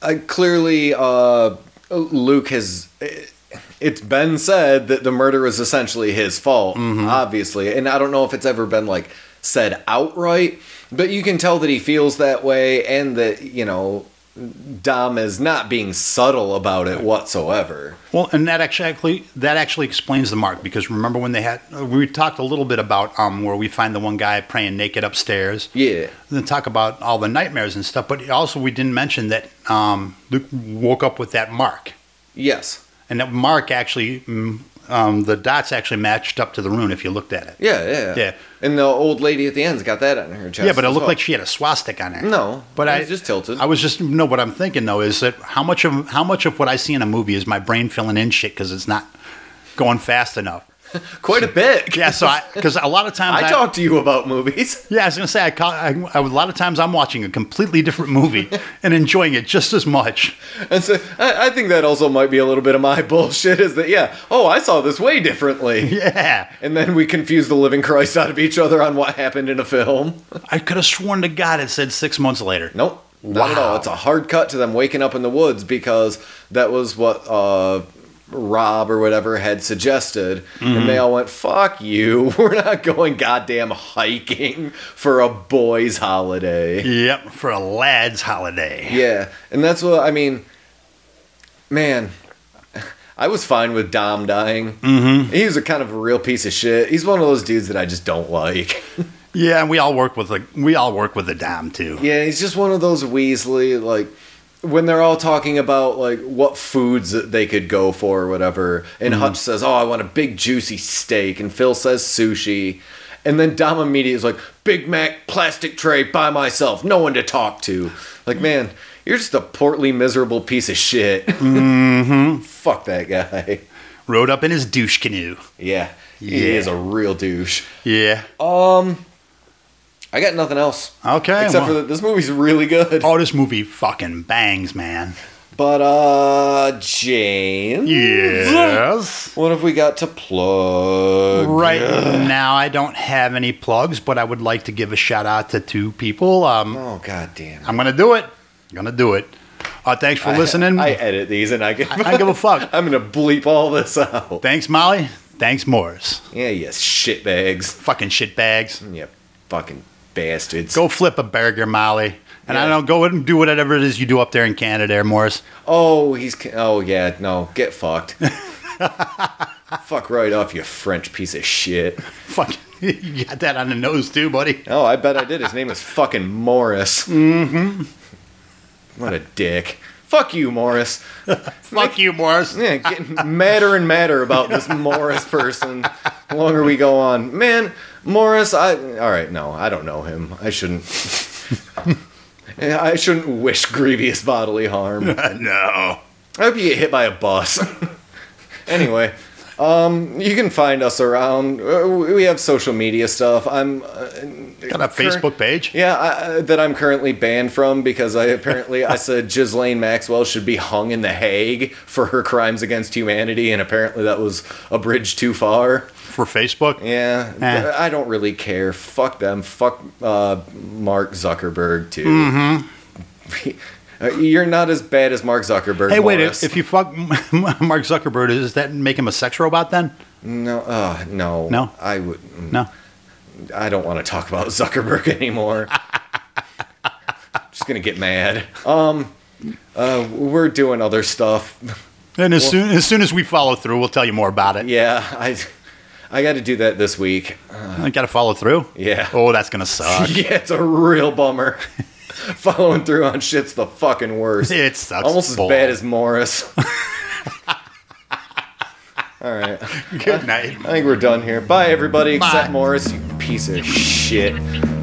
C: I, clearly uh, Luke has. It's been said that the murder was essentially his fault,
D: Mm-hmm.
C: obviously, and I don't know if it's ever been like said outright, but you can tell that he feels that way, and that you know Dom is not being subtle about it whatsoever.
D: Well, and that actually that actually explains the mark because remember when they had we talked a little bit about um where we find the one guy praying naked upstairs.
C: Yeah,
D: then talk about all the nightmares and stuff. But also, we didn't mention that um, Luke woke up with that mark,
C: yes,
D: and that mark actually mm, um, the dots actually matched up to the rune if you looked at it.
C: Yeah, yeah,
D: Yeah.
C: And the old lady at the end's got that on her chest.
D: yeah, but it
C: as
D: looked
C: well.
D: like she had a swastika on her.
C: No,
D: but
C: it
D: I
C: was just tilted.
D: I was just no. What I'm thinking though is that how much of how much of what I see in a movie is my brain filling in shit because it's not going fast enough.
C: quite a bit.
D: Yeah, so I because a lot of times
C: I talk to you about movies.
D: Yeah, I was gonna say I, ca- I, I- a lot of times I'm watching a completely different movie and enjoying it just as much.
C: And so I, I think that also might be a little bit of my bullshit is that, yeah, oh, I saw this way differently.
D: Yeah,
C: And then we confuse the living Christ out of each other on what happened in a film.
D: I could have sworn to God it said six months later.
C: Nope. Not at all.
D: Wow.
C: It's a hard cut to them waking up in the woods because that was what uh, Rob or whatever had suggested. And they all went, fuck you. We're not going goddamn hiking for a boys' holiday.
D: Yep, for a lad's holiday.
C: Yeah. And that's what, I mean, man. I was fine with Dom dying. Mm-hmm. He was a kind of a real piece of shit. He's one of those dudes that I just don't like.
D: Yeah, and we all work with the we all work with the dom too.
C: Yeah, he's just one of those Weasley, like, when they're all talking about, like, what foods that they could go for or whatever, and Hutch says, Oh, I want a big juicy steak, and Phil says sushi. And then Dom immediately is like, Big Mac, plastic tray, by myself, no one to talk to. Like, man, you're just a portly, miserable piece of shit. Mm-hmm. Fuck that guy.
D: Rode up in his douche canoe.
C: Yeah, he
D: Yeah.
C: is a real douche.
D: Yeah.
C: Um, I got nothing else.
D: Okay.
C: Except for
D: well-
C: that this movie's really good.
D: Oh, this movie fucking bangs, man.
C: But, uh, James?
D: Yes.
C: What have we got to plug?
D: Right now, I don't have any plugs, but I would like to give a shout out to two people. Um,
C: Oh god damn. it.
D: I'm gonna do it. I'm gonna do it. Uh, thanks for listening. I,
C: I, edit these and I give
D: I don't give a fuck.
C: I'm gonna bleep all this out.
D: Thanks, Molly. Thanks, Morris.
C: Yeah, you shitbags.
D: Fucking shitbags.
C: You fucking bastards.
D: Go flip a burger, Molly. And I
C: Yeah.
D: don't go and do whatever it is you do up there in Canada, there, Morris.
C: Oh, he's ca- oh yeah, no, get fucked. Fuck right off, you French piece of shit.
D: Fuck, you got that on the nose too, buddy.
C: Oh, I bet I did. His name is fucking Morris. Mm-hmm.
D: Mm-hmm.
C: What a dick. Fuck you, Morris.
D: Fuck you, Morris.
C: Yeah, getting madder and madder about this Morris person. The longer we go on, man, Morris. I all right. No, I don't know him. I shouldn't. Yeah, I shouldn't wish grievous bodily harm.
D: no.
C: I hope you get hit by a bus. anyway, um, you can find us around. Uh, We have social media stuff. I'm uh,
D: Got a Facebook page.
C: yeah, I, I- that I'm currently banned from because I apparently I said Ghislaine Maxwell should be hung in The Hague for her crimes against humanity, and apparently that was a bridge too far.
D: for Facebook.
C: Yeah,
D: Eh.
C: but I don't really care. Fuck them. Fuck uh, Mark Zuckerberg too.
D: Mm-hmm.
C: Uh, You're not as bad as Mark Zuckerberg.
D: Hey, wait!
C: Morris.
D: If you fuck Mark Zuckerberg, does that make him a sex robot then?
C: no, uh, no,
D: No?
C: I would.
D: No.
C: I don't want to talk about Zuckerberg anymore. Just gonna get mad. Um, uh, we're doing other stuff.
D: And as soon as soon as we follow through, we'll tell you more about it.
C: Yeah, I, I got to do that this week.
D: I got to follow through.
C: Yeah.
D: Oh, that's gonna suck.
C: yeah, it's a real bummer. Following through on shit's the fucking worst.
D: it sucks.
C: Almost as
D: balls.
C: bad as Morris. All right,
D: Good night.
C: I think we're done here. Bye, everybody.
D: Bye.
C: Except Morris, you piece of shit.
A: Shit.